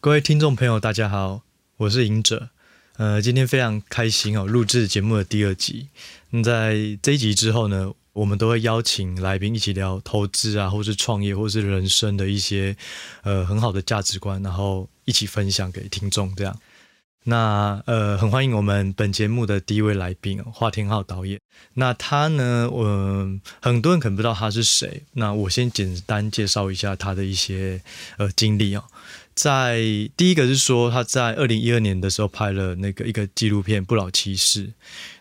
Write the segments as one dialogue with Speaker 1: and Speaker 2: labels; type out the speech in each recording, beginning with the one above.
Speaker 1: 各位听众朋友，大家好，我是赢者。呃，今天非常开心哦，录制节目的第二集。那在这一集之后呢，我们都会邀请来宾一起聊投资啊，或是创业，或是人生的一些呃很好的价值观，然后一起分享给听众。这样，那呃，很欢迎我们本节目的第一位来宾哦，华天浩导演。那他呢，我、很多人可能不知道他是谁，那我先简单介绍一下他的一些呃经历哦。在第一个是说，他在二零一二年的时候拍了那个一个纪录片《不老骑士》。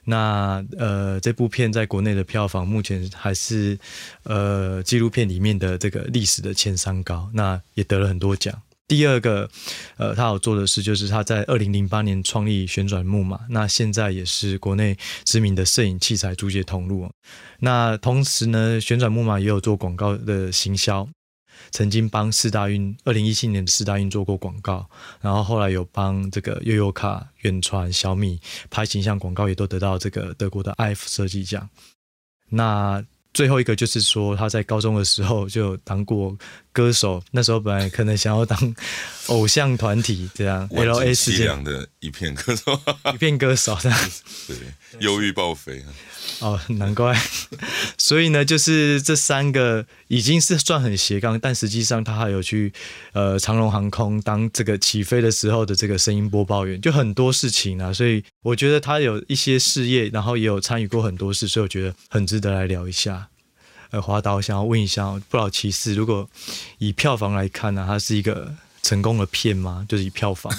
Speaker 1: 那呃，这部片在国内的票房目前还是呃纪录片里面的这个历史的前三高，那也得了很多奖。第二个，呃，他有做的事就是他在二零零八年创立旋转木马，那现在也是国内知名的摄影器材租借通路哦。那同时呢，旋转木马也有做广告的行销，曾经帮四大运二零一七年的四大运做过广告，然后后来有帮这个悠悠卡、远传、小米拍形象广告，也都得到这个德国的 IF 设计奖。那最后一个就是说，他在高中的时候就有当过歌手，那时候本来可能想要当偶像团体这样
Speaker 2: 晚景
Speaker 1: LS
Speaker 2: 凄
Speaker 1: 这样
Speaker 2: 凉的一片，可是
Speaker 1: 一片歌手这样。
Speaker 2: 对，忧郁报废啊，
Speaker 1: 哦，难怪。 所以呢，就是这三个已经是算很斜杠，但实际上他还有去呃长龙航空当这个起飞的时候的这个声音播报员，就很多事情啊。所以我觉得他有一些事业，然后也有参与过很多事，所以我觉得很值得来聊一下。呃，华导想要问一下哦，《不老骑士》如果以票房来看啊呢、它是一个成功的片吗？就是以票房，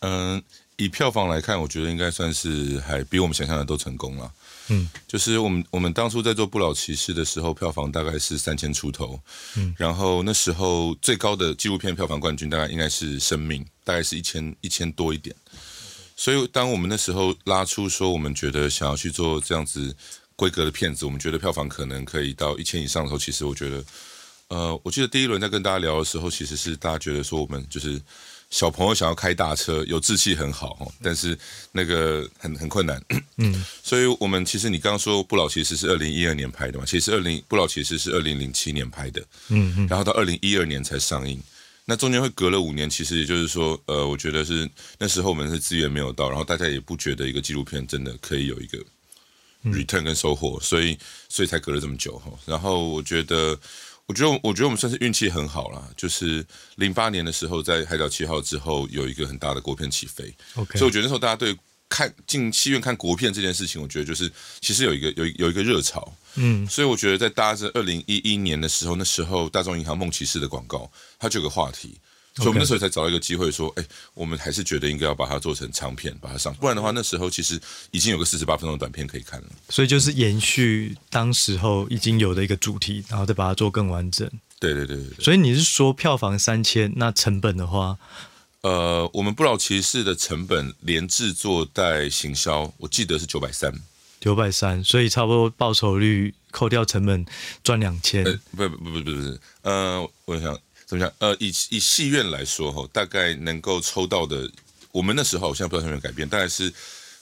Speaker 2: 嗯，以票房来看，我觉得应该算是还比我们想象的都成功了。
Speaker 1: 嗯，
Speaker 2: 就是我们我们当初在做《不老骑士》的时候，票房大概是三千出头，
Speaker 1: 嗯
Speaker 2: 然后那时候最高的纪录片票房冠军大概应该是《生命》，大概是一千一千多一点。所以当我们那时候拉出说我们觉得想要去做这样子规格的片子，我们觉得票房可能可以到一千以上的时候，其实我觉得，呃，我记得第一轮在跟大家聊的时候，其实是大家觉得说我们就是。小朋友想要开大车，有志气很好哦，但是那个很很困难。
Speaker 1: 嗯，
Speaker 2: 所以我们其实你刚刚说《不老骑士》是二零一二年拍的嘛，其实二零《不老骑士》是二零零七年拍的，
Speaker 1: 嗯嗯
Speaker 2: 然后到二零一二年才上映。那中间会隔了五年，其实也就是说，呃，我觉得是那时候我们是资源没有到，然后大家也不觉得一个纪录片真的可以有一个
Speaker 1: 嗯
Speaker 2: return 跟收获，所以所以才隔了这么久哈。然后我觉得，我觉得我觉得我们算是运气很好啦，就是零八年的时候在《海角七号》之后有一个很大的国片起飞，
Speaker 1: ，OK，
Speaker 2: 所以我觉得那时候大家对看进戏院看国片这件事情，我觉得就是其实有一个有一有一个热潮，
Speaker 1: 嗯
Speaker 2: 所以我觉得在搭着二零一一年的时候，那时候大众银行梦骑士的广告，它就有个话题。所以我们那时候才找到一个机会，说，哎、我们还是觉得应该要把它做成长片，把它上，不然的话，那时候其实已经有个四十八分钟的短片可以看了。
Speaker 1: 所以就是延续当时候已经有的一个主题，然后再把它做更完整。
Speaker 2: 对对对对对。
Speaker 1: 所以你是说票房三千，那成本的话，
Speaker 2: 呃，我们不老骑士的成本连制作带行销，我记得是九百三，
Speaker 1: 九百三，所以差不多报酬率扣掉成本赚两千、
Speaker 2: 呃，不不不不不不是，呃，我想怎么讲？呃，以以戏院来说哈，大概能够抽到的，我们那时候我现在不知道有没有改变，大概是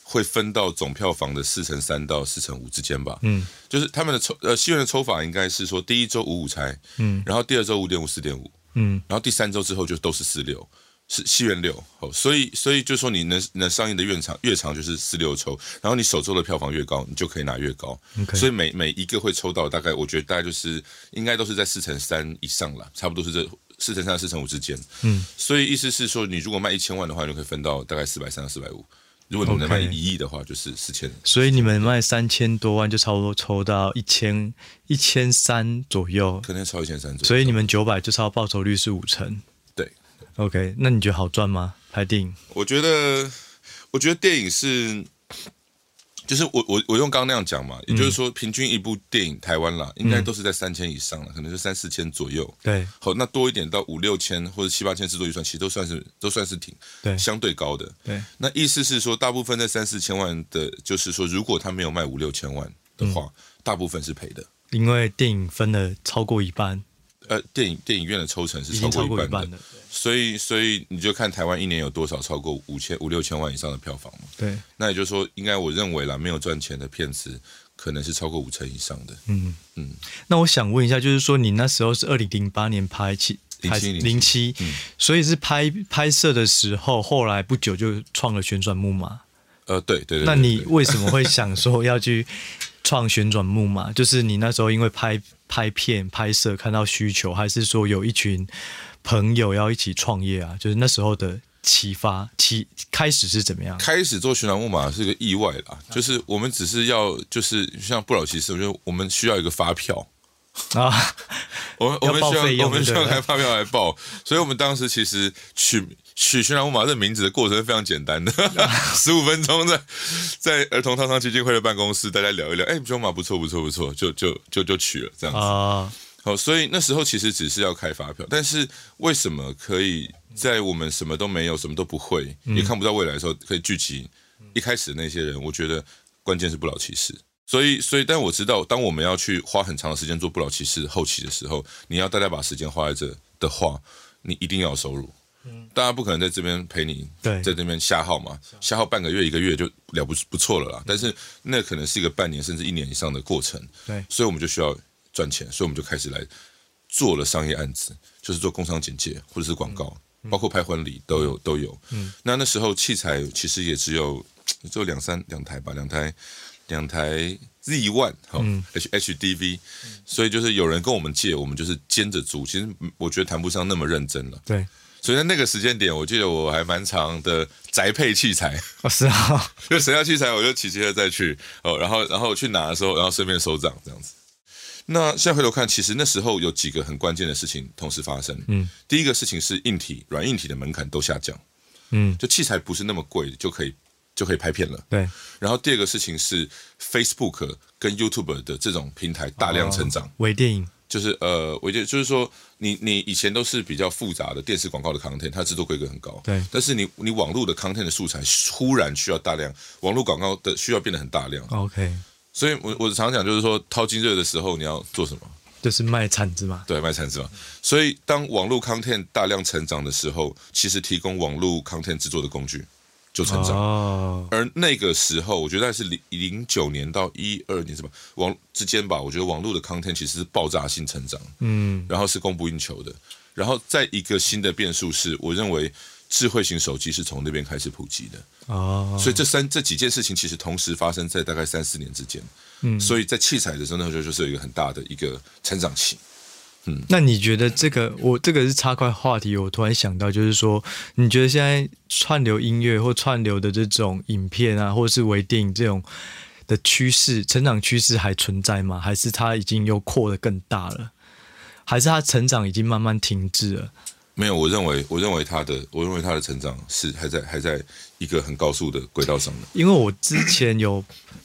Speaker 2: 会分到总票房的四乘三到四乘五之间吧。
Speaker 1: 嗯，
Speaker 2: 就是他们的抽呃戏院的抽法应该是说，第一周五五拆，
Speaker 1: 嗯
Speaker 2: 然后第二周五点五四点五，
Speaker 1: 嗯，
Speaker 2: 然后第三周之后就都是四六，是西元六。哦，所以所以就说你能能上映的院长越长就是四六抽，然后你首周的票房越高，你就可以拿越高。
Speaker 1: OK
Speaker 2: 所以每每一个会抽到大概，我觉得大概就是应该都是在四乘三以上啦，差不多是这。四乘三、四乘五之间，
Speaker 1: 嗯，
Speaker 2: 所以意思是说，你如果卖一千万的话，你就可以分到大概四百三到四百五；如果你能卖
Speaker 1: OK
Speaker 2: 一亿的话，就是四千
Speaker 1: 所以你们卖三千多万，就差不多抽到一千一千三左右，
Speaker 2: 可能超一千三左右。
Speaker 1: 所以你们九百就超报酬率是五成。
Speaker 2: 对，
Speaker 1: OK，那你觉得好赚吗？拍电影，
Speaker 2: 我觉得，我觉得电影是，就是我我我用刚刚那样讲嘛，
Speaker 1: 嗯
Speaker 2: 也就是说，平均一部电影台湾啦，应该都是在三千以上了，可能就三四千左右。
Speaker 1: 对
Speaker 2: 好，那多一点到五六千或者七八千制作预算，其实都算是都算是挺
Speaker 1: 对
Speaker 2: 相对高的。
Speaker 1: 对，
Speaker 2: 那意思是说，大部分在三四千万的，就是说，如果他没有卖五六千万的话，
Speaker 1: 嗯
Speaker 2: 大部分是赔的。
Speaker 1: 因为电影分了超过一半，
Speaker 2: 呃，电影电影院的抽成是
Speaker 1: 已经超
Speaker 2: 超
Speaker 1: 过
Speaker 2: 过
Speaker 1: 一
Speaker 2: 一半
Speaker 1: 半
Speaker 2: 的，
Speaker 1: 了。
Speaker 2: 所以所以你就看台湾一年有多少超过五千五六千万以上的票房嘛。
Speaker 1: 对，
Speaker 2: 那也就是说，应该我认为啦，没有赚钱的骗子可能是超过五成以上的。
Speaker 1: 嗯
Speaker 2: 嗯
Speaker 1: 那我想问一下，就是说你那时候是二零零八年拍起还是
Speaker 2: 07
Speaker 1: 07所
Speaker 2: 嗯
Speaker 1: 以是拍拍摄的时候，后来不久就创了旋转木马。
Speaker 2: 呃，对对对，
Speaker 1: 那
Speaker 2: 对
Speaker 1: 你
Speaker 2: 对
Speaker 1: 为什么会想说要去创旋转木马？就是你那时候因为拍拍片、拍摄看到需求，还是说有一群朋友要一起创业啊？就是那时候的启发、起开始是怎么样？
Speaker 2: 开始做旋转木马是个意外啦，就是我们只是要，就是像布老骑士，我觉得我们需要一个发票，
Speaker 1: 啊，
Speaker 2: 我们我们
Speaker 1: 要报费
Speaker 2: 需要
Speaker 1: 用
Speaker 2: 我们需
Speaker 1: 对
Speaker 2: 要
Speaker 1: 不对
Speaker 2: 开发票来报，所以我们当时其实取取旋转木马这名字的过程是非常简 单的，十五分钟在在儿童烫伤基金会的办公室，大家聊一聊，哎，旋转木马不错不错不错，就就就就取了这样子。
Speaker 1: 啊、
Speaker 2: 好，所以那时候其实只是要开发票，但是为什么可以在我们什么都没有、什么都不会、也看不到未来的时候，可以聚集一开始那些人？我觉得关键是不老骑士。所以，所以，但我知道，当我们要去花很长的时间做不老骑士后期的时候，你要大家把时间花在这的话，你一定要有收入。大家不可能在这边陪你，
Speaker 1: 对
Speaker 2: 在这边瞎耗嘛，瞎耗半个月、一个月就了不不错了啦。但是那可能是一个半年甚至一年以上的过程。
Speaker 1: 对
Speaker 2: 所以我们就需要赚钱，所以我们就开始来做了商业案子，就是做工商简介或者是广告，包括拍婚礼都有都有。嗯，那那时候器材其实也只有只有两三两台吧，两台两台 Z One 好、H HDV，所以就是有人跟我们借，我们就是兼着租。其实我觉得谈不上那么认真了。
Speaker 1: 对，
Speaker 2: 所以在那个时间点，我记得我还蛮长的宅配器材，
Speaker 1: 哦是啊，
Speaker 2: 就谁要器材，我就骑机车再去哦，然后然后去拿的时候，然后顺便收账这样子。那现在回头看，其实那时候有几个很关键的事情同时发生。嗯，第一个事情是硬体、软硬体的门槛都下降，
Speaker 1: 嗯，
Speaker 2: 就器材不是那么贵就可以就可以拍片了。
Speaker 1: 对，
Speaker 2: 然后第二个事情是 Facebook 跟 YouTube 的这种平台大
Speaker 1: 哦
Speaker 2: 量成长，
Speaker 1: 微电影，
Speaker 2: 就是呃，我觉得就是说，你你以前都是比较复杂的电视广告的 content，它制作规格很高，
Speaker 1: 对
Speaker 2: 但是你你网络的 content 的素材忽然需要大量，网络广告的需要变得很大量，
Speaker 1: 哦 OK，
Speaker 2: 所以我我常讲就是说，淘金热的时候你要做什么？
Speaker 1: 就是卖铲子嘛，
Speaker 2: 对，卖产值嘛。所以当网络 content 大量成长的时候，其实提供网络 content 制作的工具就成长。
Speaker 1: 哦，
Speaker 2: 而那个时候，我觉得大概是零零九年到一二年是吧？网之间吧，我觉得网络的 content 其实是爆炸性成长，嗯，然后是供不应求的。然后再一个新的变数是，我认为智慧型手机是从那边开始普及的，
Speaker 1: 哦，
Speaker 2: 所以这三这几件事情其实同时发生在大概三四年之间，嗯，所以在器材的时候，那时候就是有一个很大的一个成长期。
Speaker 1: 那你觉得这个，我这个是插块话题，我突然想到，就是说，你觉得现在串流音乐或串流的这种影片啊，或者是微电影这种的趋势，成长趋势还存在吗？还是它已经又扩得更大了？还是它成长已经慢慢停滞了？
Speaker 2: 没有，我认为，我认为它的，我认为它的成长是还在还在一个很高速的轨道上的。
Speaker 1: 因为我之前有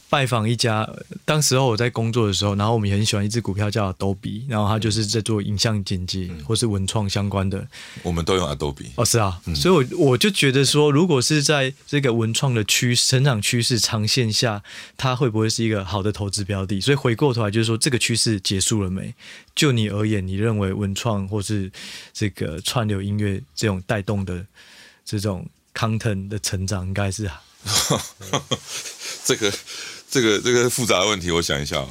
Speaker 1: 拜访一家，呃当时候我在工作的时候，然后我们也很喜欢一只股票叫 Adobe，然后它就是在做影像剪辑或是文创相关的，
Speaker 2: 我们都用 Adobe，
Speaker 1: 哦，是
Speaker 2: 嗯
Speaker 1: 啊，所以我我就觉得说，如果是在这个文创的趋势成长趋势长线下，它会不会是一个好的投资标的？所以回过头来就是说，这个趋势结束了没？就你而言，你认为文创或是这个串流音乐这种带动的这种 content 的成长，应该是
Speaker 2: 这个这个这个复杂的问题，我想一下哦。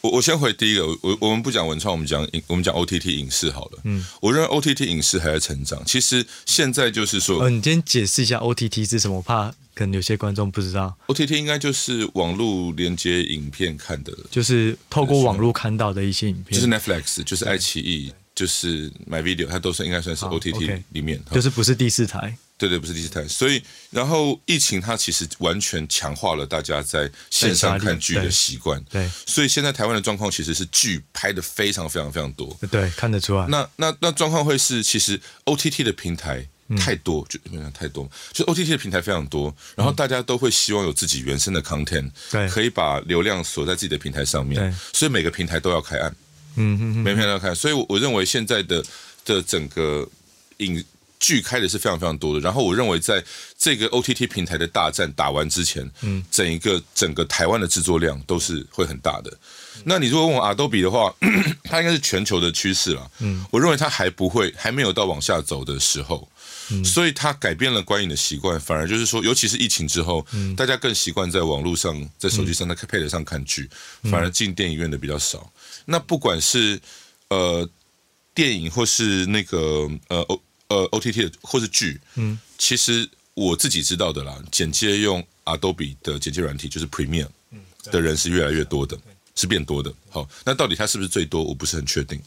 Speaker 2: 我我先回第一个，我我我们不讲文创，我们讲影我们讲 OTT 影视好了。嗯，我认为 OTT 影视还在成长。其实现在就是说
Speaker 1: 呃，你今天解释一下 OTT 是什么？我怕可能有些观众不知道，
Speaker 2: ，OTT 应该就是网络连接影片看的，
Speaker 1: 就是透过网络看到的一些影片，
Speaker 2: 就是 Netflix，就是爱奇艺，就是 My Video，它都是应该算是
Speaker 1: 好
Speaker 2: OTT
Speaker 1: 啊 OK
Speaker 2: 里面。哈
Speaker 1: 就是不是第四台，
Speaker 2: 对对，不是第四台。所以，然后疫情它其实完全强化了大家在线上看剧的习惯。
Speaker 1: 对
Speaker 2: 所以现在台湾的状况其实是剧拍的非常非常非常多。
Speaker 1: 对，看得出来。
Speaker 2: 那那那状况会是，其实 OTT 的平台太多，就没有太多，就 OTT 的平台非常多，然后大家都会希望有自己原生的 content，、
Speaker 1: 对
Speaker 2: 可以把流量锁在自己的平台上面
Speaker 1: 对，
Speaker 2: 所以每个平台都要开案，
Speaker 1: 嗯哼哼，
Speaker 2: 每个平台都要开案，所以我我认为现在的的整个影剧开的是非常非常多的，然后我认为在这个 OTT 平台的大战打完之前，嗯，整一个整个台湾的制作量都是会很大的。那你如果问我 Adobe 的话， 它应该是全球的趋势了。嗯，我认为它还不会，还没有到往下走的时候，所以它改变了观影的习惯，反而就是说，尤其是疫情之后，大家更习惯在网络上、在手机上、在 iPad 上看剧，反而进电影院的比较少。那不管是呃电影或是那个呃 O 呃 OTT 的或是剧，嗯，其实我自己知道的啦，剪接用 Adobe 的剪接软体就是 Premiere 的人是越来越多的，是变多的。好，那到底它是不是最多，我不是很确定。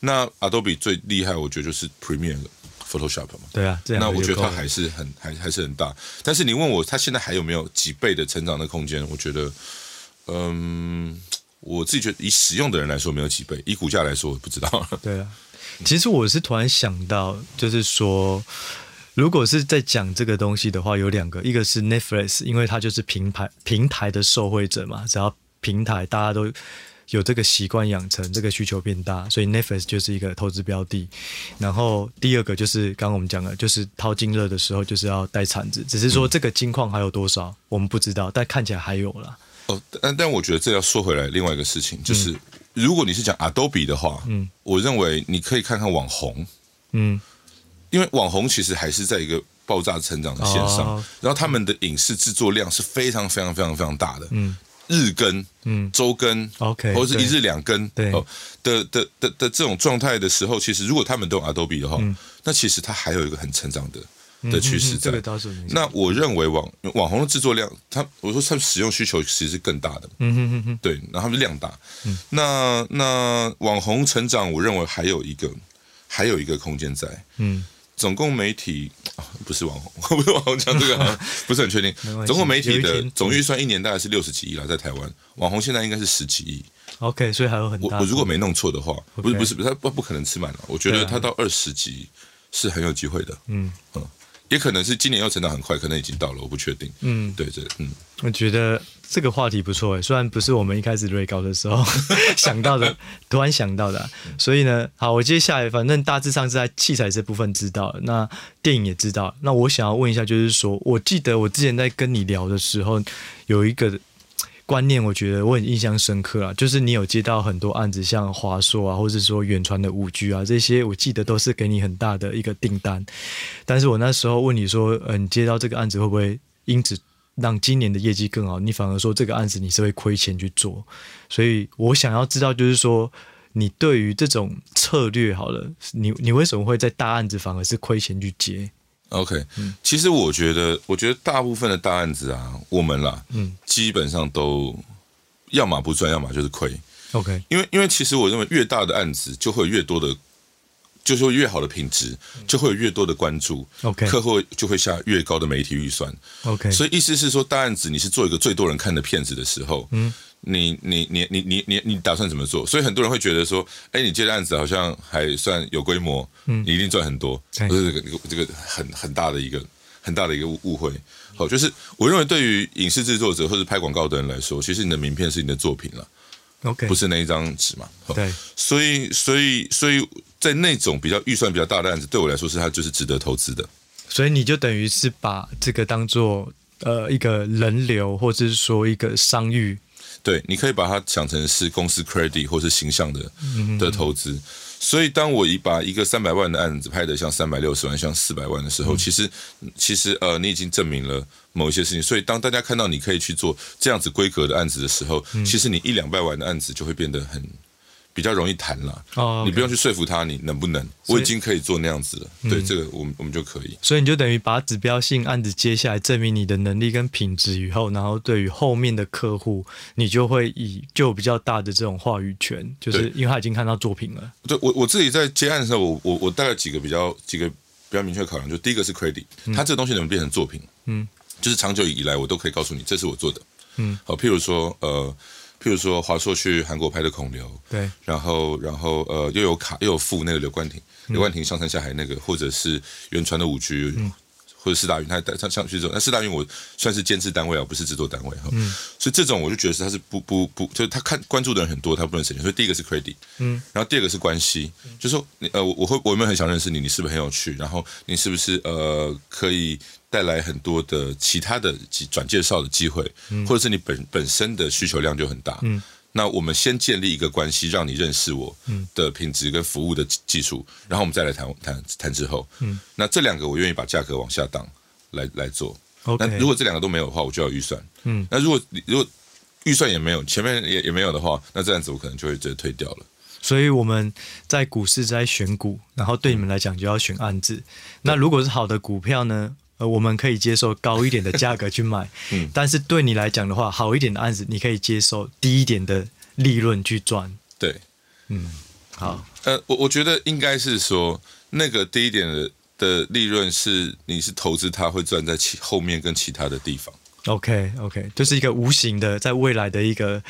Speaker 2: 那 Adobe 最厉害，我觉得就是 Premiere 了 Photoshop 嘛。
Speaker 1: 对啊，这样
Speaker 2: 那我觉得
Speaker 1: 他
Speaker 2: 它还是很还还是很大，但是你问我它现在还有没有几倍的成长的空间？我觉得，嗯，我自己觉得以使用的人来说没有几倍，以股价来说我不知道。
Speaker 1: 对啊，其实我是突然想到，就是说，如果是在讲这个东西的话，有两个，一个是 Netflix，因为它就是平台平台的受惠者嘛，只要平台大家都有这个习惯养成，这个需求变大，所以 Netflix 就是一个投资标的。然后第二个就是刚刚我们讲的，就是淘金热的时候就是要带铲子，只是说这个金矿还有多少我们不知道，但看起来还有啦。
Speaker 2: 哦，但但我觉得这要说回来另外一个事情，
Speaker 1: 嗯
Speaker 2: 就是、如果你是讲 Adobe 的话，嗯，我认为你可以看看网红，
Speaker 1: 嗯，
Speaker 2: 因为网红其实还是在一个爆炸成长的线上，
Speaker 1: 哦
Speaker 2: 然后他们的影视制作量是非常非常非常非常大的，嗯，日更，嗯，周更
Speaker 1: OK，
Speaker 2: 或者是一日两更，哦
Speaker 1: 对
Speaker 2: 的的的的这种状态的时候，其实如果他们都有 Adobe 的话，那其实它还有一个很成长的的趋势
Speaker 1: 嗯这
Speaker 2: 在，
Speaker 1: 个倒是没错
Speaker 2: 那我认为网网红的制作量，它我说它使用需求其实是更大的，嗯哼哼哼，对，然后它们量大，
Speaker 1: 嗯
Speaker 2: 那那网红成长，我认为还有一个还有一个空间在，
Speaker 1: 嗯，
Speaker 2: 总共媒体、啊、不是网红， 不是网红讲这 个好像不是很确定
Speaker 1: 没关系，
Speaker 2: 总共媒体
Speaker 1: 有一嗯
Speaker 2: 的
Speaker 1: 天
Speaker 2: 总预算一年大概是六十几亿啦，在台湾，网红现在应该是十几亿，
Speaker 1: OK，所以还有很
Speaker 2: 我
Speaker 1: 大
Speaker 2: 我如果没弄错的话，不是
Speaker 1: 啊嗯 OK
Speaker 2: 不是不是，他不不可能吃满了。我觉
Speaker 1: 对
Speaker 2: 得
Speaker 1: 啊
Speaker 2: 他到二十级是很有机会的。
Speaker 1: 嗯
Speaker 2: 嗯，也可能是今年要成长很快，可能已经到了，我不确定。
Speaker 1: 嗯
Speaker 2: 对对，嗯，
Speaker 1: 我觉得这个话题不错诶，欸虽然不是我们一开始瑞高的时候 想到的， 突然想到的啊、所以呢，好，我接下来反正大致上是在器材这部分知道了，那电影也知道了。那我想要问一下，就是说我记得我之前在跟你聊的时候，有一个观念，我觉得我很印象深刻啊，就是你有接到很多案子，像华硕啊，或者说远传的五 G 啊，这些我记得都是给你很大的一个订单。但是我那时候问你说，嗯、你接到这个案子会不会因此让今年的业绩更好？你反而说这个案子你是会亏钱去做，所以我想要知道，就是说你对于这种策略好了，你你为什么会在大案子反而是亏钱去接？
Speaker 2: OK，其
Speaker 1: 嗯
Speaker 2: 实我觉得，我觉得大部分的大案子啊，我们啦，
Speaker 1: 嗯
Speaker 2: 基本上都要么不赚，要么就是亏。
Speaker 1: ，OK，
Speaker 2: 因为因为其实我认为越大的案子就会有越多的，就是会越好的品质，就会有越多的关注
Speaker 1: 嗯 OK
Speaker 2: 客户就会下越高的媒体预算。
Speaker 1: OK，
Speaker 2: 所以意思是说，大案子你是做一个最多人看的片子的时候，嗯，你你你你你你你打算怎么做？所以很多人会觉得说，哎，你接的案子好像还算有规模，嗯，你一定赚很多，
Speaker 1: 对
Speaker 2: 这是这个这个很很大的一个很大的一个误误会。好，就是我认为对于影视制作者或者拍广告的人来说，其实你的名片是你的作品了，
Speaker 1: 以 OK，
Speaker 2: 不是那一张纸嘛。好
Speaker 1: 对
Speaker 2: 所以所以所以在那种比较预算比较大的案子，对我来说是它就是值得投资的。
Speaker 1: 所以你就等于是把这个当做呃一个人流，或者是说一个商誉。
Speaker 2: 对，你可以把它想成是公司 credit 或是形象的的投资。所以，当我一把一个三百万的案子拍得像三百六十万、像四百万的时候，其实其实呃，你已经证明了某一些事情。所以，当大家看到你可以去做这样子规格的案子的时候，其实你一两百万的案子就会变得很比较容易谈了。
Speaker 1: 哦
Speaker 2: 你不用去说服他，你能不能？
Speaker 1: 以
Speaker 2: 我已经可以做那样子了。对，这个我们我们就可以。
Speaker 1: 所以你就等于把指标性案子接下来，证明你的能力跟品质以后，然后对于后面的客户，你就会以就有比较大的这种话语权，就是
Speaker 2: 对
Speaker 1: 因为他已经看到作品了。
Speaker 2: 对我我自己在接案的时候，我我我大概几个比较几个比较明确的考量，就第一个是 credit，、它这个东西能不能变成作品，
Speaker 1: 嗯，
Speaker 2: 就是长久以来我都可以告诉你，这是我做的，
Speaker 1: 嗯，
Speaker 2: 好，譬如说呃，譬如说华硕去韩国拍的孔刘，
Speaker 1: 对，
Speaker 2: 然后然后呃又有卡又有付那个刘冠廷，刘冠廷上山下海那个，或者是原传的五 G，、或者四大运，他带上上去之后，那四大运我算是监制单位啊，不是制作单位哈、所以这种我就觉得是他是不不不，就是他看关注的人很多，他不能省钱。所以第一个是 credit，嗯，然后第二个是关系，就说你呃我我会我有没有很想认识你，你是不是很有趣，然后你是不是呃可以。带来很多的其他的及转介绍的机会，或者是你本本身的需求量就很大，嗯，那我们先建立一个关系，让你认识我
Speaker 1: 嗯
Speaker 2: 的品质跟服务的技技术，然后我们再来谈谈谈之后。嗯，那这两个我愿意把价格往下档来来做。
Speaker 1: OK
Speaker 2: 那如果这两个都没有的话，我就要预算。
Speaker 1: 嗯，
Speaker 2: 那如果如果预算也没有，前面也也没有的话，那这样子我可能就会直接推掉了。
Speaker 1: 所以我们在股市在选股，然后对你们来讲就要选案子。那如果是好的股票呢，呃，我们可以接受高一点的价格去买，
Speaker 2: 嗯
Speaker 1: 但是对你来讲的话，好一点的案子你可以接受低一点的利润去赚。
Speaker 2: 对，
Speaker 1: 好，
Speaker 2: 呃，我我觉得应该是说，那个低一点的的利润是你是投资它会赚在其后面跟其他的地方。
Speaker 1: OK OK，就是一个无形的，在未来的一个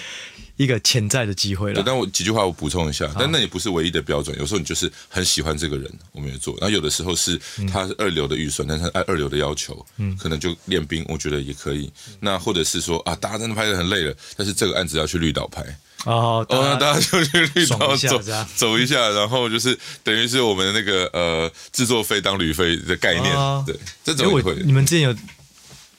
Speaker 1: 一个潜在的机会
Speaker 2: 对，
Speaker 1: 了。
Speaker 2: 但我几句话我补充一下，但那也不是唯一的标准。有时候你就是很喜欢这个人，我们也做。然后有的时候是
Speaker 1: 嗯
Speaker 2: 他是二流的预算，但是他按二流的要求，可能就练兵，我觉得也可以。那或者是说啊，大家真的拍的很累了，但是这个案子要去绿岛拍，
Speaker 1: 哦，
Speaker 2: 哦，那
Speaker 1: 当然
Speaker 2: 大家就去绿
Speaker 1: 爽
Speaker 2: 岛
Speaker 1: 一下
Speaker 2: 走
Speaker 1: 这样
Speaker 2: 走一下，然后就是等于是我们的那个呃制作费当旅费的概念，
Speaker 1: 哦
Speaker 2: 对，这
Speaker 1: 因
Speaker 2: 种
Speaker 1: 为
Speaker 2: 也
Speaker 1: 我
Speaker 2: 会。
Speaker 1: 你们之前有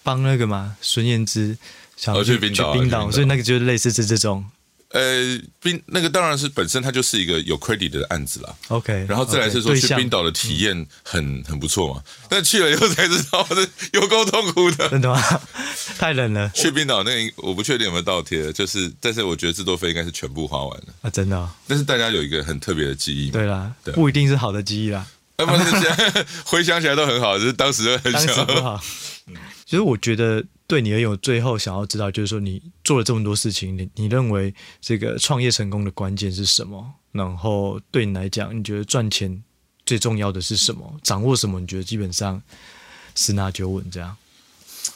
Speaker 1: 帮那个嘛孙燕姿想要
Speaker 2: 哦去
Speaker 1: 去
Speaker 2: 冰岛啊
Speaker 1: 冰
Speaker 2: 去冰
Speaker 1: 岛，
Speaker 2: 岛
Speaker 1: 所以那个就是类似这这种。
Speaker 2: 呃，冰那个当然是本身它就是一个有 credit 的案子啦。
Speaker 1: OK，
Speaker 2: 然后再来是说
Speaker 1: OK，对
Speaker 2: 去
Speaker 1: 象嗯
Speaker 2: 冰，岛的体验很很不错嘛，但去了以后才知道 这有够痛苦的。
Speaker 1: 真的吗？ 太冷了
Speaker 2: 去冰岛那个我不确定有没有倒贴，就是但是我觉得制作费应该是全部花完了。
Speaker 1: 啊，真的哦、
Speaker 2: 但是大家有一个很特别的记忆，
Speaker 1: 对啦，
Speaker 2: 对啊
Speaker 1: 不一定是好的记忆啦，
Speaker 2: 哎，不是现在 回想起来都很好，就是当时就很
Speaker 1: 当时
Speaker 2: 想
Speaker 1: 不 好。
Speaker 2: 嗯
Speaker 1: 其实我觉得对你而言，我最后想要知道就是说，你做了这么多事情，你你认为这个创业成功的关键是什么？然后对你来讲，你觉得赚钱最重要的是什么？掌握什么？你觉得基本上十拿九稳这样？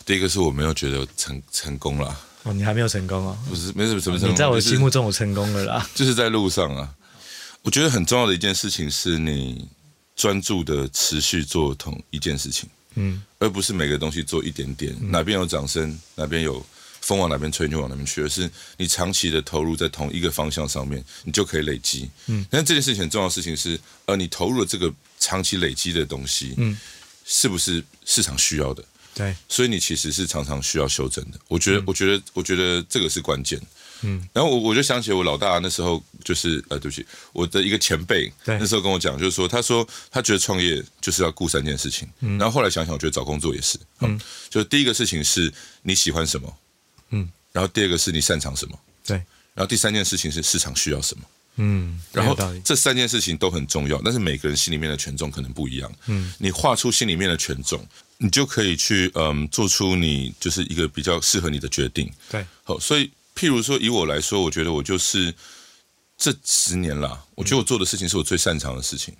Speaker 2: 第一个是我没有觉得成成功啦，
Speaker 1: 哦，你还没有成功哦。
Speaker 2: 不是没什么什么成功，
Speaker 1: 你在我的
Speaker 2: 就是
Speaker 1: 心目中，我成功了啦。
Speaker 2: 就是在路上啊。我觉得很重要的一件事情是你专注的持续做同一件事情，
Speaker 1: 嗯，
Speaker 2: 而不是每个东西做一点点，哪边有掌声，哪边有风往哪边吹你就往哪边去，而是你长期的投入在同一个方向上面，你就可以累积。嗯，但这件事情很重要的事情是，呃，你投入了这个长期累积的东西，
Speaker 1: 嗯，
Speaker 2: 是不是市场需要的？
Speaker 1: 对，
Speaker 2: 所以你其实是常常需要修正的。我觉得，我觉得，我觉得这个是关键。
Speaker 1: 嗯，
Speaker 2: 然后我我就想起我老大那时候就是呃，对不起，我的一个前辈，
Speaker 1: 对
Speaker 2: 那时候跟我讲，就是说，他说他觉得创业就是要顾三件事情。嗯，然后后来想想，我觉得找工作也是。嗯，就是第一个事情是你喜欢什么，
Speaker 1: 嗯，
Speaker 2: 然后第二个是你擅长什么，
Speaker 1: 对，
Speaker 2: 然后第三件事情是市场需要什么。
Speaker 1: 嗯，
Speaker 2: 然
Speaker 1: 很
Speaker 2: 后
Speaker 1: 有道理，
Speaker 2: 这三件事情都很重要，但是每个人心里面的权重可能不一样。嗯，你画出心里面的权重，你就可以去嗯做出你就是一个比较适合你的决定。
Speaker 1: 对，
Speaker 2: 好，所以譬如说以我来说，我觉得我就是这十年啦，我
Speaker 1: 嗯
Speaker 2: 觉得我做的事情是我最擅长的事情，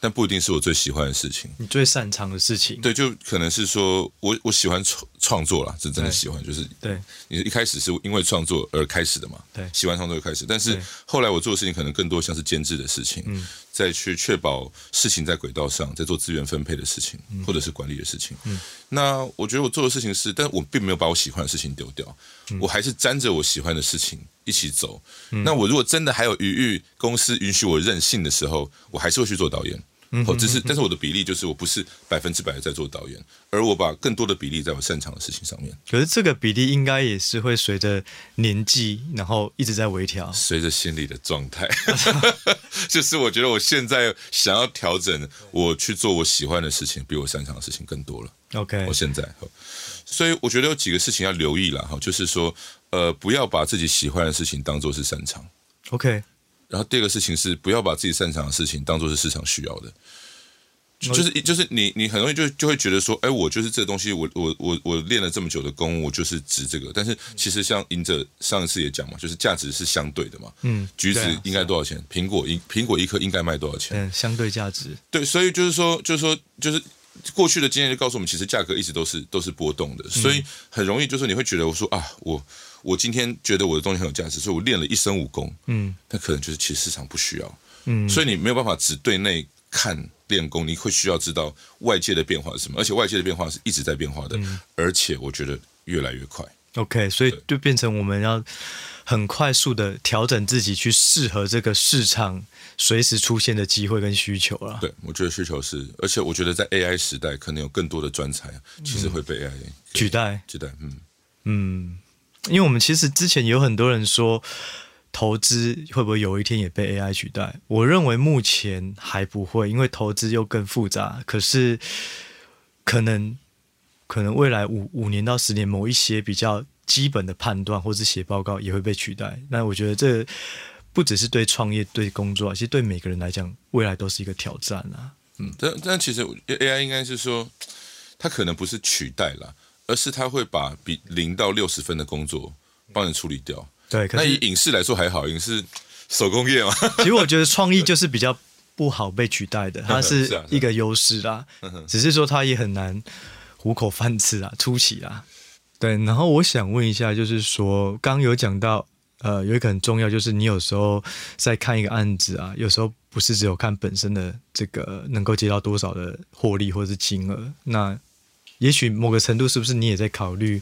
Speaker 2: 但不一定是我最喜欢的事情。
Speaker 1: 你最擅长的事情，
Speaker 2: 对，就可能是说我我喜欢创创作啦，是真的
Speaker 1: 对
Speaker 2: 喜欢，就是
Speaker 1: 对
Speaker 2: 你一开始是因为创作而开始的嘛，
Speaker 1: 对
Speaker 2: 喜欢创作而开始，但是
Speaker 1: 对
Speaker 2: 后来我做的事情可能更多像是监制的事情，嗯，再去确保事情在轨道上，在做资源分配的事情，或者是管理的事情，嗯，那我觉得我做的事情是，但我并没有把我喜欢的事情丢掉，我还是沾着我喜欢的事情一起走。那我如果真的还有余裕，公司允许我任性的时候，我还是会去做导演。哦，只是，但是我的比例就是我不是百分之百的在做导演，而我把更多的比例在我擅长的事情上面。
Speaker 1: 可是这个比例应该也是会随着年纪，然后一直在微调。
Speaker 2: 随着心理的状态， 就是我觉得我现在想要调整，我去做我喜欢的事情，比我擅长的事情更多了。
Speaker 1: OK，
Speaker 2: 我现在，哦所以我觉得有几个事情要留意啦，哈，就是说，呃，不要把自己喜欢的事情当做是擅长。
Speaker 1: OK，
Speaker 2: 然后第二个事情是，不要把自己擅长的事情当做是市场需要的。就就是就是你你很容易就就会觉得说，哎，我就是这个东西，我我我我练了这么久的功，我就是值这个。但是其实像赢者上一次也讲嘛，就是价值是相对的嘛。
Speaker 1: 嗯
Speaker 2: 橘子
Speaker 1: 对啊
Speaker 2: 应该多少钱？苹果一苹果一颗应该卖多少钱？
Speaker 1: 嗯，相对价值，
Speaker 2: 对，所以就是说，就是说，就是过去的经验就告诉我们，其实价格一直都是都是波动的，所
Speaker 1: 嗯
Speaker 2: 以很容易就是你会觉得我说啊，我我今天觉得我的东西很有价值，所以我练了一身武功，
Speaker 1: 嗯
Speaker 2: 那可能就是其实市场不需要，
Speaker 1: 嗯，
Speaker 2: 所以你没有办法只对内看练功，你会需要知道外界的变化是什么，而且外界的变化是一直在变化的，
Speaker 1: 嗯
Speaker 2: 而且我觉得越来越快。
Speaker 1: OK，所以就变成我们要很快速的调整自己，去适合这个市场随时出现的机会跟需求了。
Speaker 2: 对，我觉得需求是，而且我觉得在 AI 时代，可能有更多的专才啊其
Speaker 1: 嗯
Speaker 2: 实会被 AI
Speaker 1: 取代，
Speaker 2: 取代，嗯。
Speaker 1: 嗯，因为我们其实之前有很多人说，投资会不会有一天也被 AI 取代？我认为目前还不会，因为投资又更复杂。可是可能可能未来五五年到十年，某一些比较基本的判断或是写报告也会被取代。那我觉得这。不只是对创业、对工作啊，其实对每个人来讲，未来都是一个挑战啊。
Speaker 2: 嗯，但但其实我 AI 应该是说，它可能不是取代啦，而是它会把比零到六十分的工作帮你处理掉。
Speaker 1: 对，可
Speaker 2: 那以
Speaker 1: 是
Speaker 2: 影视来说还好，影视手 工业嘛，
Speaker 1: 其实我觉得创意就是比较不好被取代 的，它
Speaker 2: 是
Speaker 1: 是
Speaker 2: 啊是啊嗯
Speaker 1: 一个优势啦，只是说它也很难糊口饭吃啊，出奇啊。对，然后我想问一下，就是说刚刚有讲到，呃，有一个很重要，就是你有时候在看一个案子啊，有时候不是只有看本身的这个能够接到多少的获利或者是金额，那也许某个程度是不是你也在考虑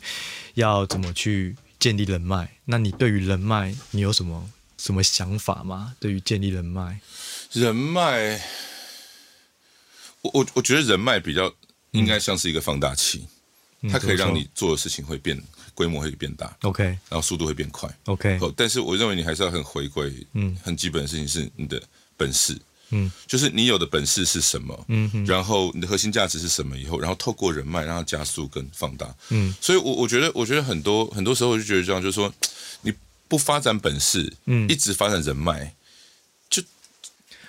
Speaker 1: 要怎么去建立人脉？那你对于人脉，你有什么什么想法吗？对于建立人脉，
Speaker 2: 人脉，我我我觉得人脉比较应该像是一个放大器，
Speaker 1: 嗯
Speaker 2: 它可以
Speaker 1: 怎么
Speaker 2: 让
Speaker 1: 说
Speaker 2: 你做的事情会变规模会变大，
Speaker 1: OK
Speaker 2: 然后速度会变快。
Speaker 1: OK，
Speaker 2: 哦，但是我认为你还是要很回归，
Speaker 1: 嗯
Speaker 2: 嗯，很基本的事情是你的本事，
Speaker 1: 嗯
Speaker 2: 就是你有的本事是什么，
Speaker 1: 嗯哼
Speaker 2: 然后你的核心价值是什么，以后然后透过人脉让它加速跟放大。
Speaker 1: 嗯
Speaker 2: 所以我，我觉得，我觉得很多很多时候我就觉得这样，就是说你不发展本事，
Speaker 1: 嗯
Speaker 2: 一直发展人脉，就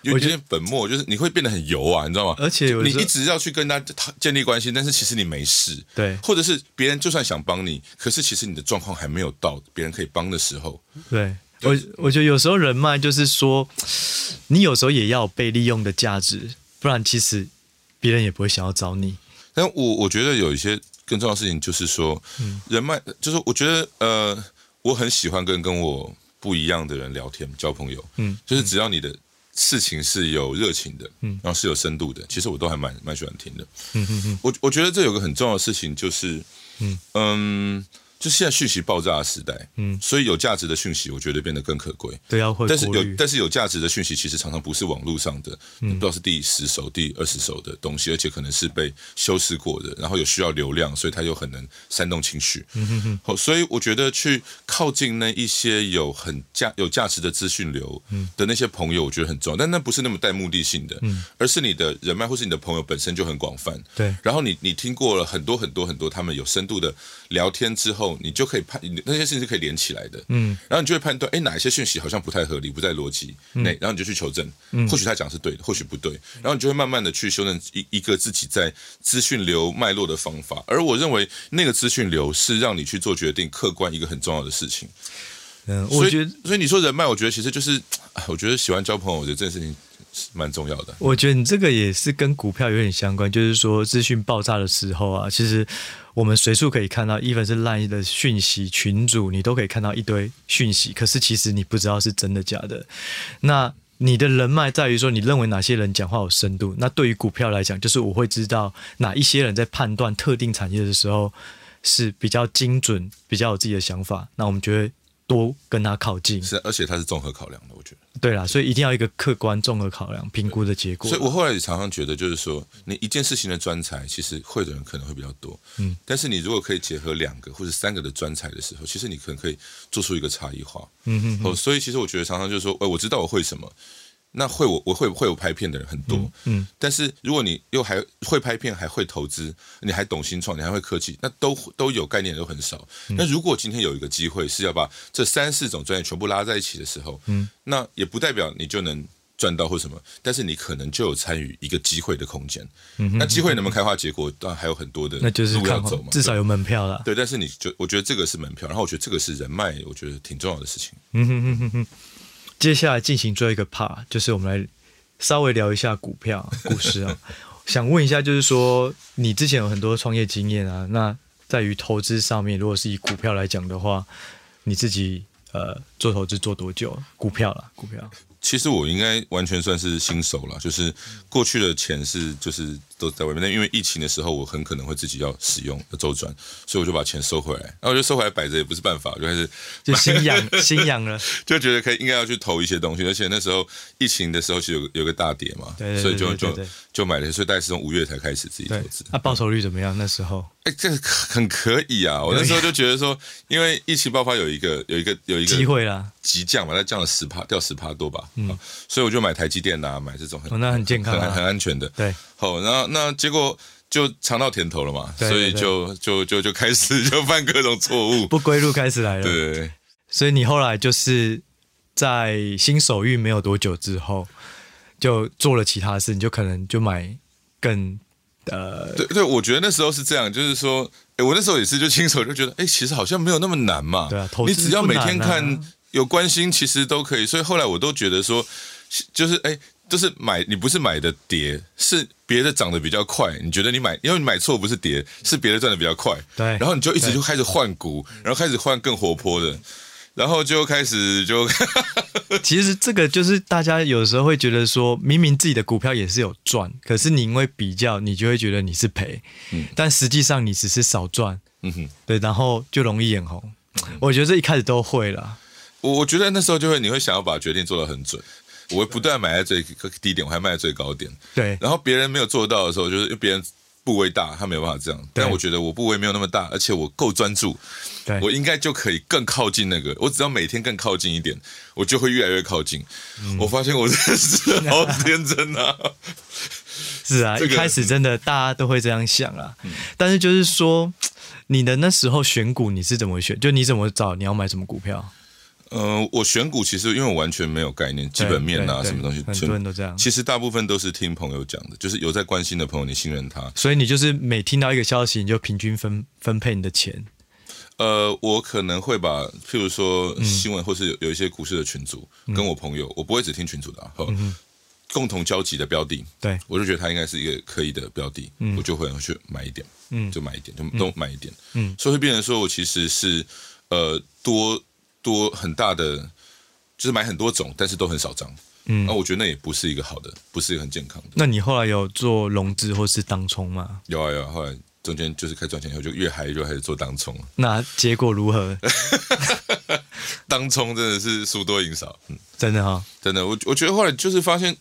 Speaker 2: 有
Speaker 1: 我
Speaker 2: 有
Speaker 1: 觉得
Speaker 2: 点本末，就是你会变得很油啊，你知道吗？
Speaker 1: 而且有
Speaker 2: 你
Speaker 1: 时候
Speaker 2: 一直要去跟他建立关系，但是其实你没事，
Speaker 1: 对
Speaker 2: 或者是别人就算想帮你，可是其实你的状况还没有到别人可以帮的时候，
Speaker 1: 对我我觉得有时候人脉就是说，你有时候也要有被利用的价值，不然其实别人也不会想要找你。
Speaker 2: 但我我觉得有一些更重要的事情，就是说，人脉，就是我觉得呃，我很喜欢跟跟我不一样的人聊天、交朋友。
Speaker 1: 嗯
Speaker 2: 嗯，就是只要你的事情是有热情的，嗯，然后是有深度的，其实我都还蛮蛮喜欢听的。
Speaker 1: 嗯哼哼，
Speaker 2: 我我觉得这有个很重要的事情就是，嗯就现在讯息爆炸的时代，
Speaker 1: 嗯
Speaker 2: 嗯，所以有价值的讯息，我觉得变得更可贵。
Speaker 1: 对，要会
Speaker 2: 但是
Speaker 1: 过
Speaker 2: 有
Speaker 1: 滤。
Speaker 2: 但是有价值的讯息，其实常常不是网络上的，
Speaker 1: 嗯
Speaker 2: 不知道是第十手、第二十手的东西，而且可能是被修饰过的，然后有需要流量，所以它又很能煽动情绪。
Speaker 1: 嗯
Speaker 2: 好，所以我觉得去靠近那一些有很价有价值的资讯流
Speaker 1: 嗯
Speaker 2: 的那些朋友，我觉得很重要，但那不是那么带目的性的，而是你的人脉或是你的朋友本身就很广泛。
Speaker 1: 对
Speaker 2: 然后你你听过了很多很多很多他们有深度的聊天之后，你就可以判你那些事情是可以连起来的，嗯，然后你就会判断，哎，哪一些讯息好像不太合理，不在逻辑内，
Speaker 1: 嗯
Speaker 2: 然后你就去求证，或许他讲是对的，或许不对，然后你就会慢慢的去修正一一个自己在资讯流脉络的方法，而我认为那个资讯流是让你去做决定客观一个很重要的事情，
Speaker 1: 嗯，
Speaker 2: 所
Speaker 1: 我
Speaker 2: 以
Speaker 1: 觉得
Speaker 2: 所以你说人脉，我觉得其实就是，哎我觉得喜欢交朋友，我觉得这件事情是蛮重要的，
Speaker 1: 我觉得你这个也是跟股票有点相关，就是说资讯爆炸的时候啊，其实我们随处可以看到，even 是烂的讯息群主，你都可以看到一堆讯息，可是其实你不知道是真的假的。那你的人脉在于说，你认为哪些人讲话有深度？那对于股票来讲，就是我会知道哪一些人在判断特定产业的时候是比较精准、比较有自己的想法，那我们就会多跟他靠近。
Speaker 2: 是而且它是综合考量的，我觉得。
Speaker 1: 对啦，所以一定要一个客观综合考量评估的结果。
Speaker 2: 所以我后来也常常觉得，就是说，你一件事情的专才，其实会的人可能会比较多，嗯，但是你如果可以结合两个或者三个的专才的时候，其实你可能可以做出一个差异化，嗯哼，哦，所以其实我觉得常常就是说，哎，我知道我会什么。那会我我会会有拍片的人很多，
Speaker 1: 嗯
Speaker 2: 但是如果你又还会拍片，还会投资，你还懂新创，你还会科技，那都都有概念的都很少。
Speaker 1: 嗯
Speaker 2: 那如果今天有一个机会是要把这三四种专业全部拉在一起的时候，嗯，那也不代表你就能赚到或什么，但是你可能就有参与一个机会的空
Speaker 1: 嗯
Speaker 2: 间。那机会能不能开花结果，当然还有很多的
Speaker 1: 那就是
Speaker 2: 路要
Speaker 1: 看
Speaker 2: 走嘛，
Speaker 1: 至少有门票啦。
Speaker 2: 对。但是你就我觉得这个是门票，然后我觉得这个是人脉，我觉得挺重要的事情。
Speaker 1: 接下来进行最后一个 part，就是我们来稍微聊一下股 票股市啊。想问一下，就是说你之前有很多创业经验啊，那在于投资上面，如果是以股票来讲的话，你自己呃做投资做多久？股票啦，股票。
Speaker 2: 其实我应该完全算是新手了，就是过去的钱是就是都在外面，但因为疫情的时候，我很可能会自己要使用要周转，所以我就把钱收回来。然后我就收回来摆着也不是 办法，我就开始
Speaker 1: 就心 痒心痒了，
Speaker 2: 就觉得可以应该要去投一些东西，而且那时候疫情的时候是有有个大跌嘛，
Speaker 1: 对对
Speaker 2: 所以就
Speaker 1: 对对
Speaker 2: 就
Speaker 1: 对
Speaker 2: 就买了，所以大概是从五月才开始自己投
Speaker 1: 对
Speaker 2: 资，。
Speaker 1: 那、报酬率怎么样？那时候
Speaker 2: 哎，这个很可以啊！我那时候就觉得说，因为疫情爆发有一个有一个有一个
Speaker 1: 机会啦，
Speaker 2: 急降嘛，它降了十趴，掉十趴多吧，嗯，所以我就买台积电呐、买这种很、
Speaker 1: 哦那很健康啊
Speaker 2: 很、很安全的，
Speaker 1: 对，
Speaker 2: 好，然后那结果就尝到甜头了嘛，
Speaker 1: 对对对
Speaker 2: 所以就就就 就开始就犯各种错误，
Speaker 1: 不归路开始来了。
Speaker 2: 对，
Speaker 1: 所以你后来就是在新手运没有多久之后，就做了其他事，你就可能就买 更呃
Speaker 2: 对对，我觉得那时候是这样，就是说，哎，我那时候也是就亲手就觉得，哎，其实好像没有那么难嘛。
Speaker 1: 对啊投资
Speaker 2: 你只要每天
Speaker 1: 不难啊
Speaker 2: 看有关心，其实都可以。所以后来我都觉得说，就是哎，就是买你不是买的跌，是别的涨得比较快，你觉得你买，因为你买错不是跌，是别的赚得比较快。
Speaker 1: 对
Speaker 2: 然后你就一直
Speaker 1: 对
Speaker 2: 就开始换股，然后开始换更活泼的，然后就开始就
Speaker 1: 其实这个就是大家有时候会觉得说，明明自己的股票也是有赚，可是你因为比较，你就会觉得你是赔，但实际上你只是少赚，
Speaker 2: 嗯哼。嗯
Speaker 1: 对，然后就容易眼红。我觉得这一开始都会啦，
Speaker 2: 我我觉得那时候就会，你会想要把决定做得很准。我不断买在最低点，我还卖在最高点。
Speaker 1: 对
Speaker 2: 然后别人没有做到的时候，就是别人部位大，他没有办法这样。
Speaker 1: 对
Speaker 2: 但我觉得我部位没有那么大，而且我够专注，
Speaker 1: 对
Speaker 2: 我应该就可以更靠近那个。我只要每天更靠近一点，我就会越来越靠近。
Speaker 1: 嗯
Speaker 2: 我发现我真的是好天真啊！
Speaker 1: 是啊，
Speaker 2: 这
Speaker 1: 一
Speaker 2: 个嗯
Speaker 1: 开始真的大家都会这样想啊，但是就是说，你的那时候选股你是怎么选？就你怎么找你要买什么股票？
Speaker 2: 嗯，我选股其实因为我完全没有概念，基本面啊
Speaker 1: 对对
Speaker 2: 什么东西，
Speaker 1: 很
Speaker 2: 全
Speaker 1: 多人都这样
Speaker 2: 其实大部分都是听朋友讲的，就是有在关心的朋友，你信任他。
Speaker 1: 所以你就是每听到一个消息，你就平均分分配你的钱，
Speaker 2: 呃，我可能会把，譬如说
Speaker 1: 嗯
Speaker 2: 新闻，或是有有一些股市的群组，跟我朋友，我不会只听群组的、啊，
Speaker 1: 嗯
Speaker 2: 哦共同交集的标的，
Speaker 1: 对
Speaker 2: 我就觉得它应该是一个可以的标的，我就会去买一点，
Speaker 1: 嗯
Speaker 2: 就买一点，就都买一点，所以会变成说我其实是呃多多很大的，就是买很多种，但是都很少张，嗯，那我觉得那也不是一个好的，不是一个很健康的。
Speaker 1: 那你后来有做融资或是当冲吗？
Speaker 2: 有啊有啊，后来中间就是开始赚钱以后，就越嗨就开始做当冲了，
Speaker 1: 那结果如何？
Speaker 2: 当冲真的是输多赢少，嗯。
Speaker 1: 真的哈、
Speaker 2: 真的，我我觉得后来就是发现，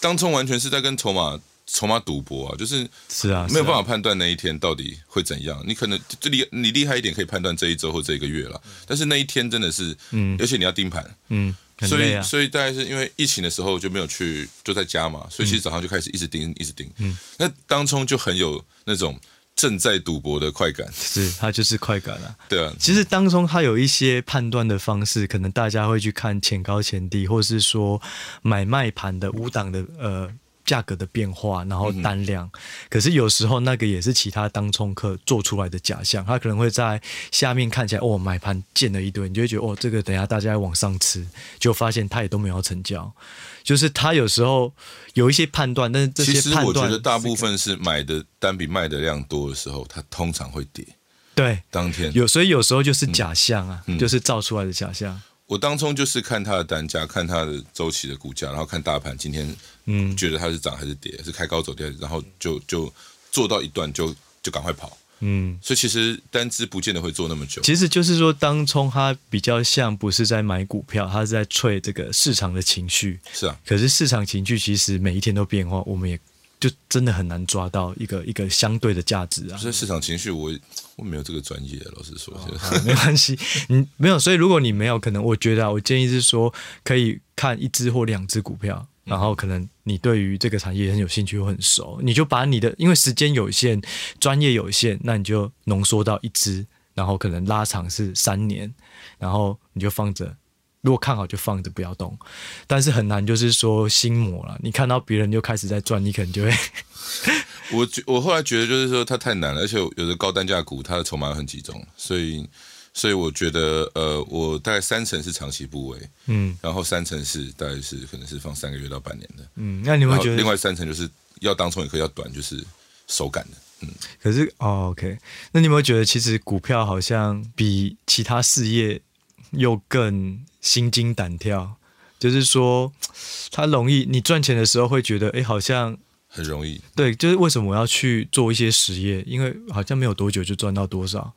Speaker 2: 当冲完全是在跟筹码筹码赌博啊，就是
Speaker 1: 是啊，
Speaker 2: 没有办
Speaker 1: 法。
Speaker 2: 法判断那一天到底会怎样。你可能这里你厉害一点可以判断这一周或这一个月了，但是那一天真的是，嗯，而且你要盯盘，
Speaker 1: 嗯，很
Speaker 2: 所
Speaker 1: 累
Speaker 2: 以、
Speaker 1: 啊。
Speaker 2: 所以大概是因为疫情的时候就没有去就在家嘛，所以其实早上就开始一直盯一直盯，嗯，那当冲就很有那种正在赌博的快感，
Speaker 1: 是，它就是快感啊。
Speaker 2: 对啊，
Speaker 1: 其实当中它有一些判断的方式，可能大家会去看前高前低，或是说买卖盘的五档的呃价格的变化，然后单量。可是有时候那个也是其他当冲客做出来的假象，他可能会在下面看起来哦买盘建了一堆，你就会觉得哦这个等一下大家要往上吃，就发现他也都没有要成交。就是他有时候有一些判断，但是这
Speaker 2: 其
Speaker 1: 些
Speaker 2: 实
Speaker 1: 判
Speaker 2: 我觉
Speaker 1: 断
Speaker 2: 得大部分是买的单比卖的量多的时候，它通常会跌，
Speaker 1: 对
Speaker 2: 当天
Speaker 1: 有，所以有时候就是假象啊，就是造出来的假象。
Speaker 2: 我当冲就是看它的单价，看它的周期的股价，然后看大盘今天，
Speaker 1: 嗯
Speaker 2: 觉得它是涨还是跌，是开高走低，然后就就做到一段就就赶快跑。
Speaker 1: 嗯，
Speaker 2: 所以其实单只不见得会做那么久。
Speaker 1: 其实就是说，当冲它比较像不是在买股票，它是在吹这个市场的情绪。
Speaker 2: 是啊，
Speaker 1: 可是市场情绪其实每一天都变化，我们也就真的很难抓到一个一个相对的价值啊。
Speaker 2: 所以市场情绪我我没有这个专业，老实说，
Speaker 1: 啊没关 系，你没有，所以如果你没有，可能我觉得、啊、我建议是说，可以看一只或两只股票，
Speaker 2: 嗯
Speaker 1: 然后可能你对于这个产业很有兴趣又很熟，你就把你的因为时间有限，专业有限，那你就浓缩到一只，然后可能拉长是三年，然后你就放着。如果看好就放着不要动，但是很难就是说心魔了。你看到别人就开始在赚，你可能就会
Speaker 2: 我觉我后来觉得就是说它太难了，而且有的高单价股它的筹码很集中，所以所以我觉得呃，我大概三成是长期部位，
Speaker 1: 嗯
Speaker 2: 然后三成是大概是可能是放三个月到半年的，
Speaker 1: 嗯。那你
Speaker 2: 然
Speaker 1: 会
Speaker 2: 后
Speaker 1: 觉得
Speaker 2: 另外三层就是要当冲也可以，要短就是手感的。嗯，
Speaker 1: 可是哦，OK，那你有没有觉得其实股票好像比其他事业又更心惊胆跳？就是说，它容易你赚钱的时候会觉得，哎，好像
Speaker 2: 很容易。
Speaker 1: 对，就是为什么我要去做一些实业？因为好像没有多久就赚到多少。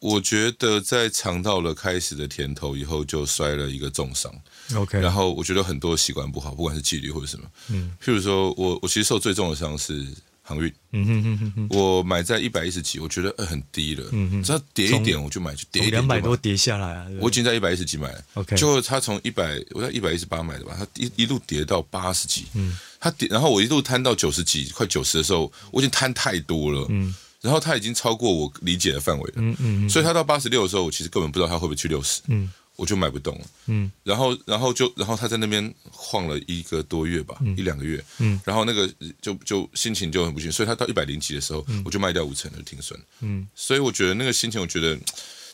Speaker 2: 我觉得在尝到了开始的甜头以后，就摔了一个重伤。
Speaker 1: OK，
Speaker 2: 然后我觉得很多习惯不好，不管是纪律或者什么。嗯，譬如说我我其实受最重的伤是航运，
Speaker 1: 嗯哼哼哼哼，
Speaker 2: 我买在一百一十几，我觉得呃很低了，嗯只要跌一点我就买，就跌一点
Speaker 1: 两
Speaker 2: 就买
Speaker 1: 百多跌下来啊，对不对
Speaker 2: 我已经在一百一十几买了
Speaker 1: OK
Speaker 2: 就他从一百，我在一百一十八买的吧，他一一路跌到八十几，嗯，他跌，然后我一路摊到九十几，快九十的时候，我已经摊太多了，嗯，然后他已经超过我理解的范围了，嗯嗯所以他到八十六的时候，我其实根本不知道他会不会去六十，嗯，我就买不动了。
Speaker 1: 嗯，
Speaker 2: 然后然后就然后他在那边晃了一个多月吧，一两个月，
Speaker 1: 嗯，
Speaker 2: 然后那个就就心情就很不幸，所以他到一百零几的时候，我就卖掉五成就停损，
Speaker 1: 嗯，
Speaker 2: 所以我觉得那个心情，我觉得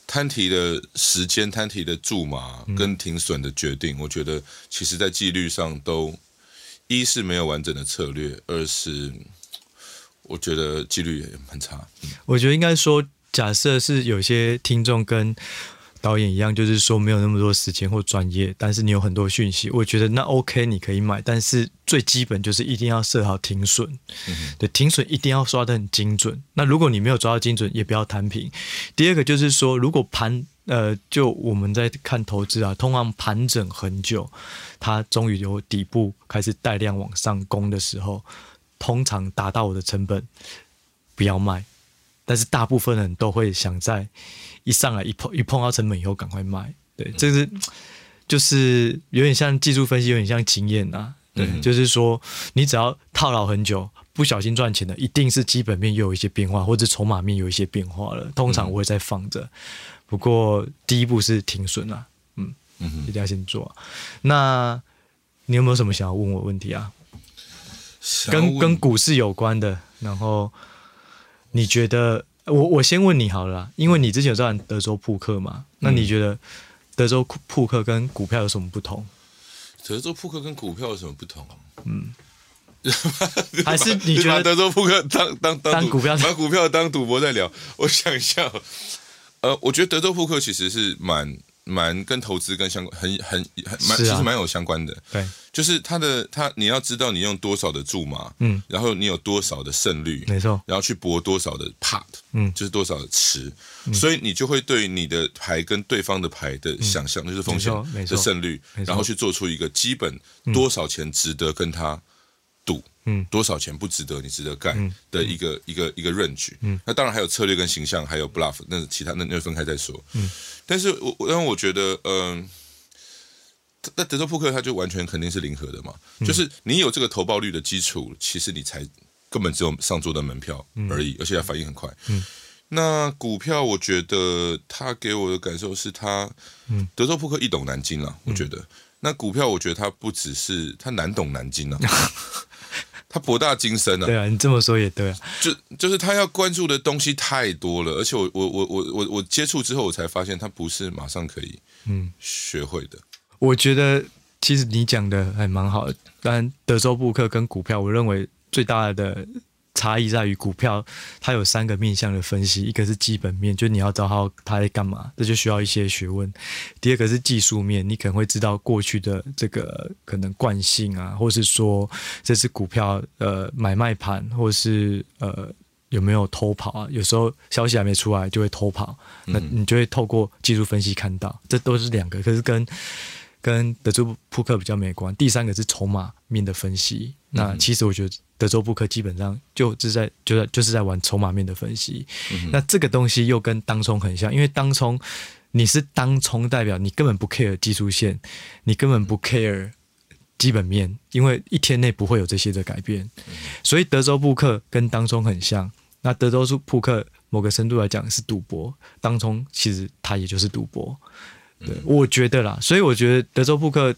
Speaker 2: 摊提的时间、摊提的注码
Speaker 1: 嗯
Speaker 2: 跟停损的决定，我觉得其实在纪律上都一是没有完整的策略，二是我觉得纪律也很差，
Speaker 1: 我觉得应该说，假设是有些听众跟导演一样，就是说没有那么多时间或专业，但是你有很多讯息，我觉得那 OK，你可以买，但是最基本就是一定要设好停损，对，停损一定要抓得很精准。那如果你没有抓到精准，也不要摊平。第二个就是说，如果盘呃，就我们在看投资啊，通常盘整很久，它终于有底部开始带量往上攻的时候，通常达到我的成本，不要卖。但是大部分人都会想在一上来一碰一碰到成本以后赶快卖。对，
Speaker 2: 嗯
Speaker 1: 这是就是有点像技术分析，有点像经验啊。对，
Speaker 2: 嗯
Speaker 1: 就是说你只要套牢很久，不小心赚钱的，一定是基本面又有一些变化，或者筹码面有一些变化了。通常我会再放
Speaker 2: 嗯
Speaker 1: 着，不过第一步是停损啊，嗯，
Speaker 2: 嗯哼
Speaker 1: 一。定要先做啊、那你有没有什么想要问我的问题啊？
Speaker 2: 想要
Speaker 1: 跟
Speaker 2: 问
Speaker 1: 跟股市有关的。然后你觉得，我我先问你好了啦，因为你之前有在玩德州扑克嘛？那你觉得德州扑克跟股票有什么不同？
Speaker 2: 德州扑克跟股票有什么不同？
Speaker 1: 嗯 还是你
Speaker 2: 把
Speaker 1: 觉得
Speaker 2: 德州扑克当当当
Speaker 1: 当
Speaker 2: 赌
Speaker 1: 股票
Speaker 2: 把股票当赌博在聊？我想一下哦，呃，我觉得德州扑克其实是蛮蛮跟投资跟相关，很很很蛮、
Speaker 1: 是
Speaker 2: 其
Speaker 1: 啊
Speaker 2: 实蛮有相关的。
Speaker 1: 对？
Speaker 2: 就是它的它，你要知道你用多少的注码，
Speaker 1: 嗯，
Speaker 2: 然后你有多少的胜率，
Speaker 1: 没错，
Speaker 2: 然后去搏多少的 part，
Speaker 1: 嗯
Speaker 2: 就是多少的池，所以你就会对你的牌跟对方的牌的想象，就是风险
Speaker 1: 嗯没错没错
Speaker 2: 的胜率
Speaker 1: 没，错
Speaker 2: 然后去做出一个基本多少钱值得跟他赌，
Speaker 1: 嗯
Speaker 2: 多少钱不值得你值得干的一个、一个一个 range，嗯，那当然还有策略跟形象，还有 bluff，那其他那那分开再说，嗯，但是我我让我觉得，嗯、那德州扑克它就完全肯定是零和的嘛，
Speaker 1: 嗯
Speaker 2: 就是你有这个投报率的基础，其实你才根本只有上桌的门票
Speaker 1: 嗯
Speaker 2: 而已，而且它反应很快。那股票我觉得它给我的感受是它，
Speaker 1: 嗯
Speaker 2: 德州扑克易懂难精啊了，我觉得。那股票我觉得它不只是它难懂难 精了，它博大精深啊
Speaker 1: 对，啊，你这么说也对啊。
Speaker 2: 就就是他要关注的东西太多了，而且我我我我我我接触之后，我才发现它不是马上可以
Speaker 1: 嗯
Speaker 2: 学会的。
Speaker 1: 我觉得其实你讲的还蛮好的，但德州扑克跟股票，我认为最大的差异在于股票它有三个面向的分析，一个是基本面，就你要知道它在干嘛，这就需要一些学问；第二个是技术面，你可能会知道过去的这个可能惯性啊，或是说这只股票呃买卖盘，或是呃。有没有偷跑啊？有时候消息还没出来就会偷跑，那你就会透过技术分析看到，这都是两个，可是跟跟德州扑克比较没关。第三个是筹码面的分析。那其实我觉得德州扑克基本上就是在就在就是在玩筹码面的分析。那这个东西又跟当冲很像，因为当冲你是当冲代表，你根本不 care 技术线，你根本不 care 基本面，因为一天内不会有这些的改变。所以德州扑克跟当冲很像。那德州扑克某个深度来讲是赌博，当冲其实它也就是赌博。
Speaker 2: 嗯
Speaker 1: 对，我觉得啦，所以我觉得德州扑克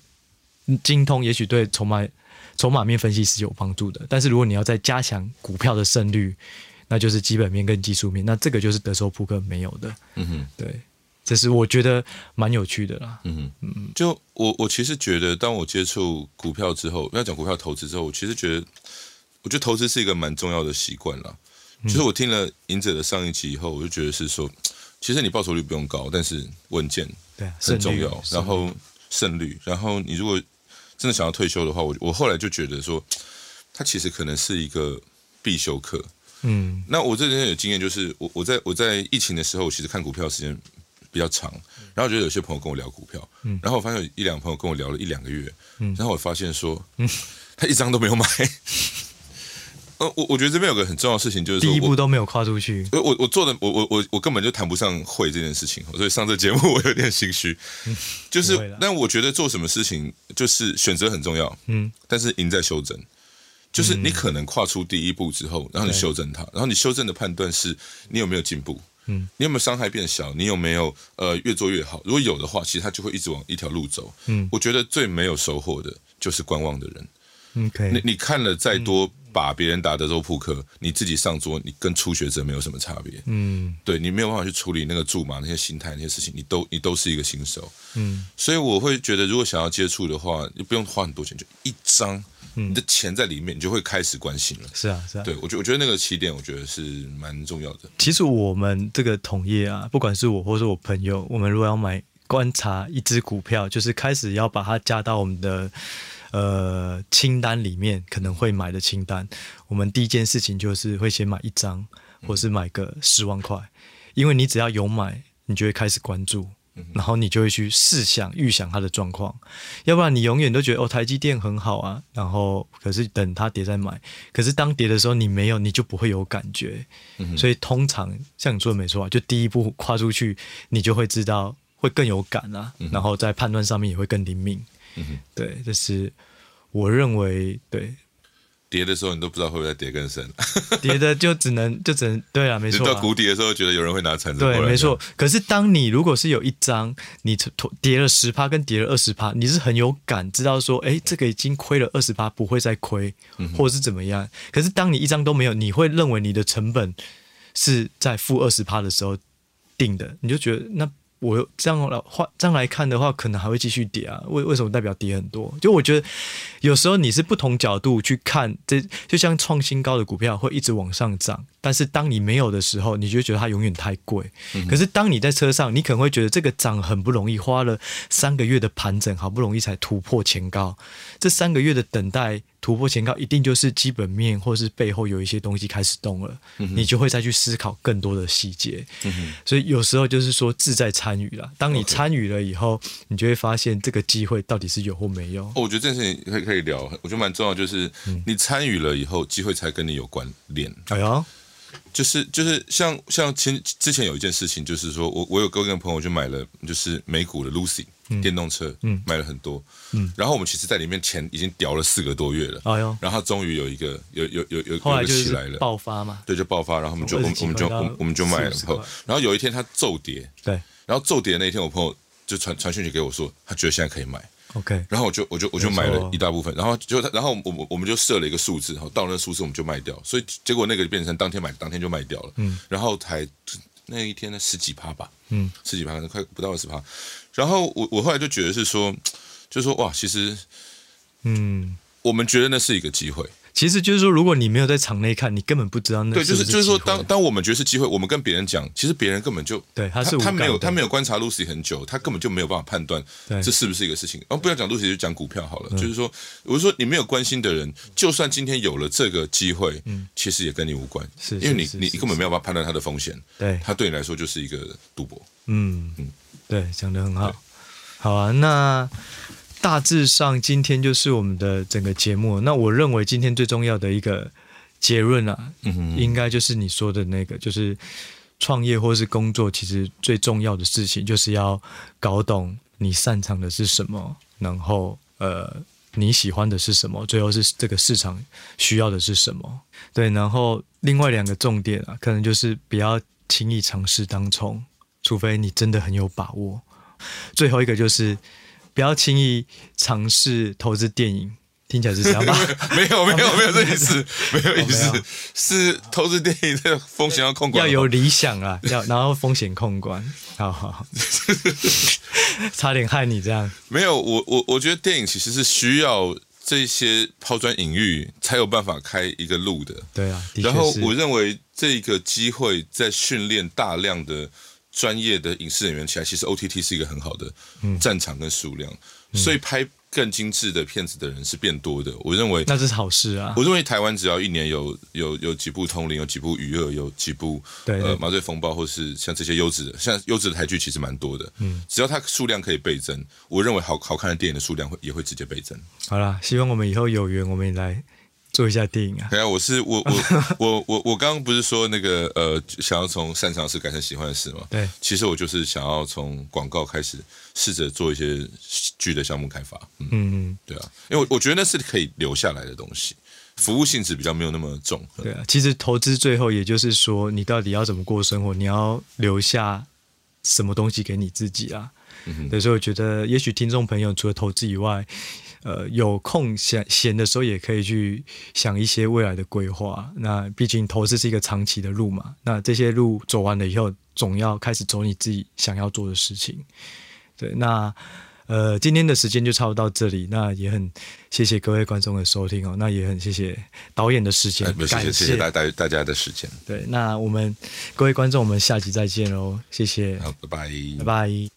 Speaker 1: 精通，也许对筹码筹码面分析是有帮助的。但是如果你要再加强股票的胜率，那就是基本面跟技术面，那这个就是德州扑克没有的。
Speaker 2: 嗯哼。
Speaker 1: 对，这是我觉得蛮有趣的啦。
Speaker 2: 嗯嗯，就我我其实觉得，当我接触股票之后，要讲股票投资之后，我其实觉得，我觉得投资是一个蛮重要的习惯啦。就是我听了赢者的上一期以后，我就觉得是说，其实你报酬率不用高，但是稳健
Speaker 1: 对啊，
Speaker 2: 很重要
Speaker 1: 胜率。
Speaker 2: 然后胜率，然后你如果真的想要退休的话，我我后来就觉得说，它其实可能是一个必修课。
Speaker 1: 嗯
Speaker 2: 那我这边有经验，就是我我在我在疫情的时候，我其实看股票时间比较长，
Speaker 1: 嗯
Speaker 2: 然后我觉得有些朋友跟我聊股票，然后我发现有一两个朋友跟我聊了一两个月，
Speaker 1: 嗯
Speaker 2: 然后我发现说，他一张都没有买。 呃，我我觉得这边有个很重要的事情，就是说
Speaker 1: 第一
Speaker 2: 我
Speaker 1: 步都没有跨出去。
Speaker 2: 我我我做的我我我我根本就谈不上会这件事情，所以上这节目 我有点心虚。就是
Speaker 1: 不会啦，
Speaker 2: 但我觉得做什么事情就是选择很重要，
Speaker 1: 嗯，
Speaker 2: 但是赢在修正。就是你可能跨出第一步之后，然后你
Speaker 1: 对
Speaker 2: 修正它，然后你修正的判断是你有没有进步，嗯，你有没有伤害变小？你有没有呃越做越好？如果有的话，其实他就会一直往一条路走。嗯，我觉得最没有收获的就是观望的人。你
Speaker 1: ，OK，
Speaker 2: 你看了再
Speaker 1: 嗯
Speaker 2: 多把别人打德州扑克，你自己上桌，你跟初学者没有什么差别。
Speaker 1: 嗯
Speaker 2: 对你没有办法去处理那个驻马那些心态那些事情，你都你都是一个新手，
Speaker 1: 嗯，
Speaker 2: 所以我会觉得，如果想要接触的话，你不用花很多钱，就一张，
Speaker 1: 嗯
Speaker 2: 你的钱在里面，你就会开始关心了。
Speaker 1: 是啊是啊，
Speaker 2: 对我觉我觉得那个起点，我觉得是蛮重要的。
Speaker 1: 其实我们这个同业啊，不管是我或是我朋友，我们如果要买观察一只股票，就是开始要把它加到我们的呃清单里面，可能会买的清单。我们第一件事情就是会先买一张，或是买个十万块，因为你只要有买，你就会开始关注。然后你就会去试想、预想它的状况，要不然你永远都觉得哦，台积电很好啊，然后可是等它跌再买，可是当跌的时候你没有，你就不会有感觉。所以通常像你说的没错啊，就第一步跨出去，你就会知道会更有感啊，然后在判断上面也会更灵敏。对，这是我认为对
Speaker 2: 跌的时候，你都不知道会不会再跌更深，
Speaker 1: 跌的就只能就只能对啊，没
Speaker 2: 就
Speaker 1: 错、
Speaker 2: 到
Speaker 1: 啊。
Speaker 2: 谷底的时候，觉得有人会拿铲子过来。
Speaker 1: 对，没错。可是当你如果是有一张你从跌了十趴跟跌了二十趴，你是很有感知道说，哎，这个已经亏了二十趴，不会再亏，或者是怎么样。可是当你一张都没有，你会认为你的成本是在负二十趴的时候定的，你就觉得那。我这样来话这样来看的话，可能还会继续跌啊。为为什么代表跌很多？就我觉得有时候你是不同角度去看，这就像创新高的股票会一直往上涨，但是当你没有的时候，你就会觉得它永远太贵。可是当你在车上，你可能会觉得这个涨很不容易，花了三个月的盘整，好不容易才突破前高。这三个月的等待突破前高，一定就是基本面或是背后有一些东西开始动了，
Speaker 2: 嗯
Speaker 1: 你就会再去思考更多的细节。所以有时候就是说志在参与啦。当你参与了以后，你就会发现这个机会到底是有或没有。
Speaker 2: 哦，我觉得这件事情可以可以聊，我觉得蛮重要，就是
Speaker 1: 嗯
Speaker 2: 你参与了以后，机会才跟你有关联。
Speaker 1: 哎呦，
Speaker 2: 就是就是像像前之前有一件事情，就是说我我有跟一个朋友就买了就是美股的 Lucy 电动车，嗯，买了很多，嗯，然后我们其实在里面钱已经屌了四个多月了，
Speaker 1: 哎呦
Speaker 2: 然后他终于有一个有有有有
Speaker 1: 后
Speaker 2: 有
Speaker 1: 来
Speaker 2: 一个
Speaker 1: 就
Speaker 2: 起来
Speaker 1: 是
Speaker 2: 了，
Speaker 1: 爆发嘛。
Speaker 2: 对，就爆发，然后我们就我们
Speaker 1: 从20
Speaker 2: 我们就
Speaker 1: 几块
Speaker 2: 我们
Speaker 1: 到
Speaker 2: 我们就卖了，
Speaker 1: 40
Speaker 2: 然后
Speaker 1: 块
Speaker 2: 然后有一天它骤跌，
Speaker 1: 对
Speaker 2: 然后骤跌那一天，我朋友就传传讯息给我说，他觉得现在可以买，
Speaker 1: ，OK，
Speaker 2: 然后我就我就我就买
Speaker 1: 没
Speaker 2: 了
Speaker 1: 错
Speaker 2: 一大部分，然后就然后我们我们就设了一个数字，然后到了那数字我们就卖掉，所以结果那个就变成当天买当天就卖掉了，嗯，然后才那一天呢十几趴吧，
Speaker 1: 嗯，
Speaker 2: 十几趴可能快不到二十趴，然后我我后来就觉得是说，就说哇，其实
Speaker 1: 嗯。
Speaker 2: 我们觉得那是一个机会，
Speaker 1: 其实就是说，如果你没有在场内看，你根本不知道那
Speaker 2: 对，就是是
Speaker 1: 不
Speaker 2: 就是说
Speaker 1: 机会
Speaker 2: 当当我们觉得是机会，我们跟别人讲，其实别人根本就
Speaker 1: 对他
Speaker 2: 他
Speaker 1: 是无
Speaker 2: 他没有
Speaker 1: 感的
Speaker 2: 他没有观察 Lucy 很久，他根本就没有办法判断
Speaker 1: 对嗯
Speaker 2: 这是不是一个事情。然后不要讲 Lucy，就讲股票好了。就是说，我是说你没有关心的人，就算今天有了这个机会，其实也跟你无关，
Speaker 1: 嗯是
Speaker 2: 因为你
Speaker 1: 是是
Speaker 2: 你
Speaker 1: 是
Speaker 2: 你根本没有办法判断它的风险，
Speaker 1: 对，
Speaker 2: 它对你来说就是一个赌博。
Speaker 1: 嗯
Speaker 2: 嗯，
Speaker 1: 对，讲得很好。好啊，那大致上今天就是我们的整个节目。那我认为今天最重要的一个结论啊，应该就是你说的那个，就是创业或是工作，其实最重要的事情就是要搞懂你擅长的是什么，然后呃。你喜欢的是什么？最后是这个市场需要的是什么？对，然后另外两个重点啊，可能就是不要轻易尝试当冲，除非你真的很有把握。最后一个就是不要轻易尝试投资电影，听起来是这样吧？
Speaker 2: 没有没有没有这意思，没有意
Speaker 1: 哦没
Speaker 2: 思
Speaker 1: 有，
Speaker 2: 是投资电影的风险要控管
Speaker 1: 要
Speaker 2: 好，
Speaker 1: 有理想啊，要然后风险控 管，好好，好差点害你这样。
Speaker 2: 没有，我我我觉得电影其实是需要这些抛砖引玉才有办法开一个路的。
Speaker 1: 对啊，的
Speaker 2: 然后
Speaker 1: 确是
Speaker 2: 我认为这个机会在训练大量的专业的影视人员起来，其实 OTT 是一个很好的
Speaker 1: 嗯
Speaker 2: 战场跟数量，所以拍更精致的片子的人是变多的。我认为，
Speaker 1: 那这是好事啊
Speaker 2: 我。认为台湾只要一年有有有几部《通灵》，有几部《娱乐》，有几部
Speaker 1: 对对
Speaker 2: 呃《麻醉风暴》，或是像这些优质的，像优质的台剧其实蛮多的。嗯，只要它数量可以倍增，我认为好好看的电影的数量会也会直接倍增。
Speaker 1: 好啦，希望我们以后有缘，我们也来做一下电影啊。
Speaker 2: 等一下，我是我我 我我我刚刚不是说那个呃，想要从擅长的事改成喜欢的事吗？
Speaker 1: 对
Speaker 2: 其实我就是想要从广告开始，试着做一些剧的项目开发。嗯，
Speaker 1: 嗯，
Speaker 2: 对啊，因为我我觉得那是可以留下来的东西。服务性质比较没有那么重。嗯
Speaker 1: 对啊，其实投资最后也就是说，你到底要怎么过生活，你要留下什么东西给你自己啊？
Speaker 2: 嗯哼，
Speaker 1: 对，所以我觉得，也许听众朋友除了投资以外，呃，有空闲闲的时候也可以去想一些未来的规划。那毕竟投资是一个长期的路嘛，那这些路走完了以后，总要开始走你自己想要做的事情。对，那呃，今天的时间就差不多到这里。那也很谢谢各位观众的收听哦，那也很谢谢导演的时间
Speaker 2: 哎，没，有谢
Speaker 1: 感
Speaker 2: 谢谢谢大大大家的时间，
Speaker 1: 对，那我们各位观众，我们下集再见喽，谢谢，
Speaker 2: 好，拜拜，
Speaker 1: 拜拜。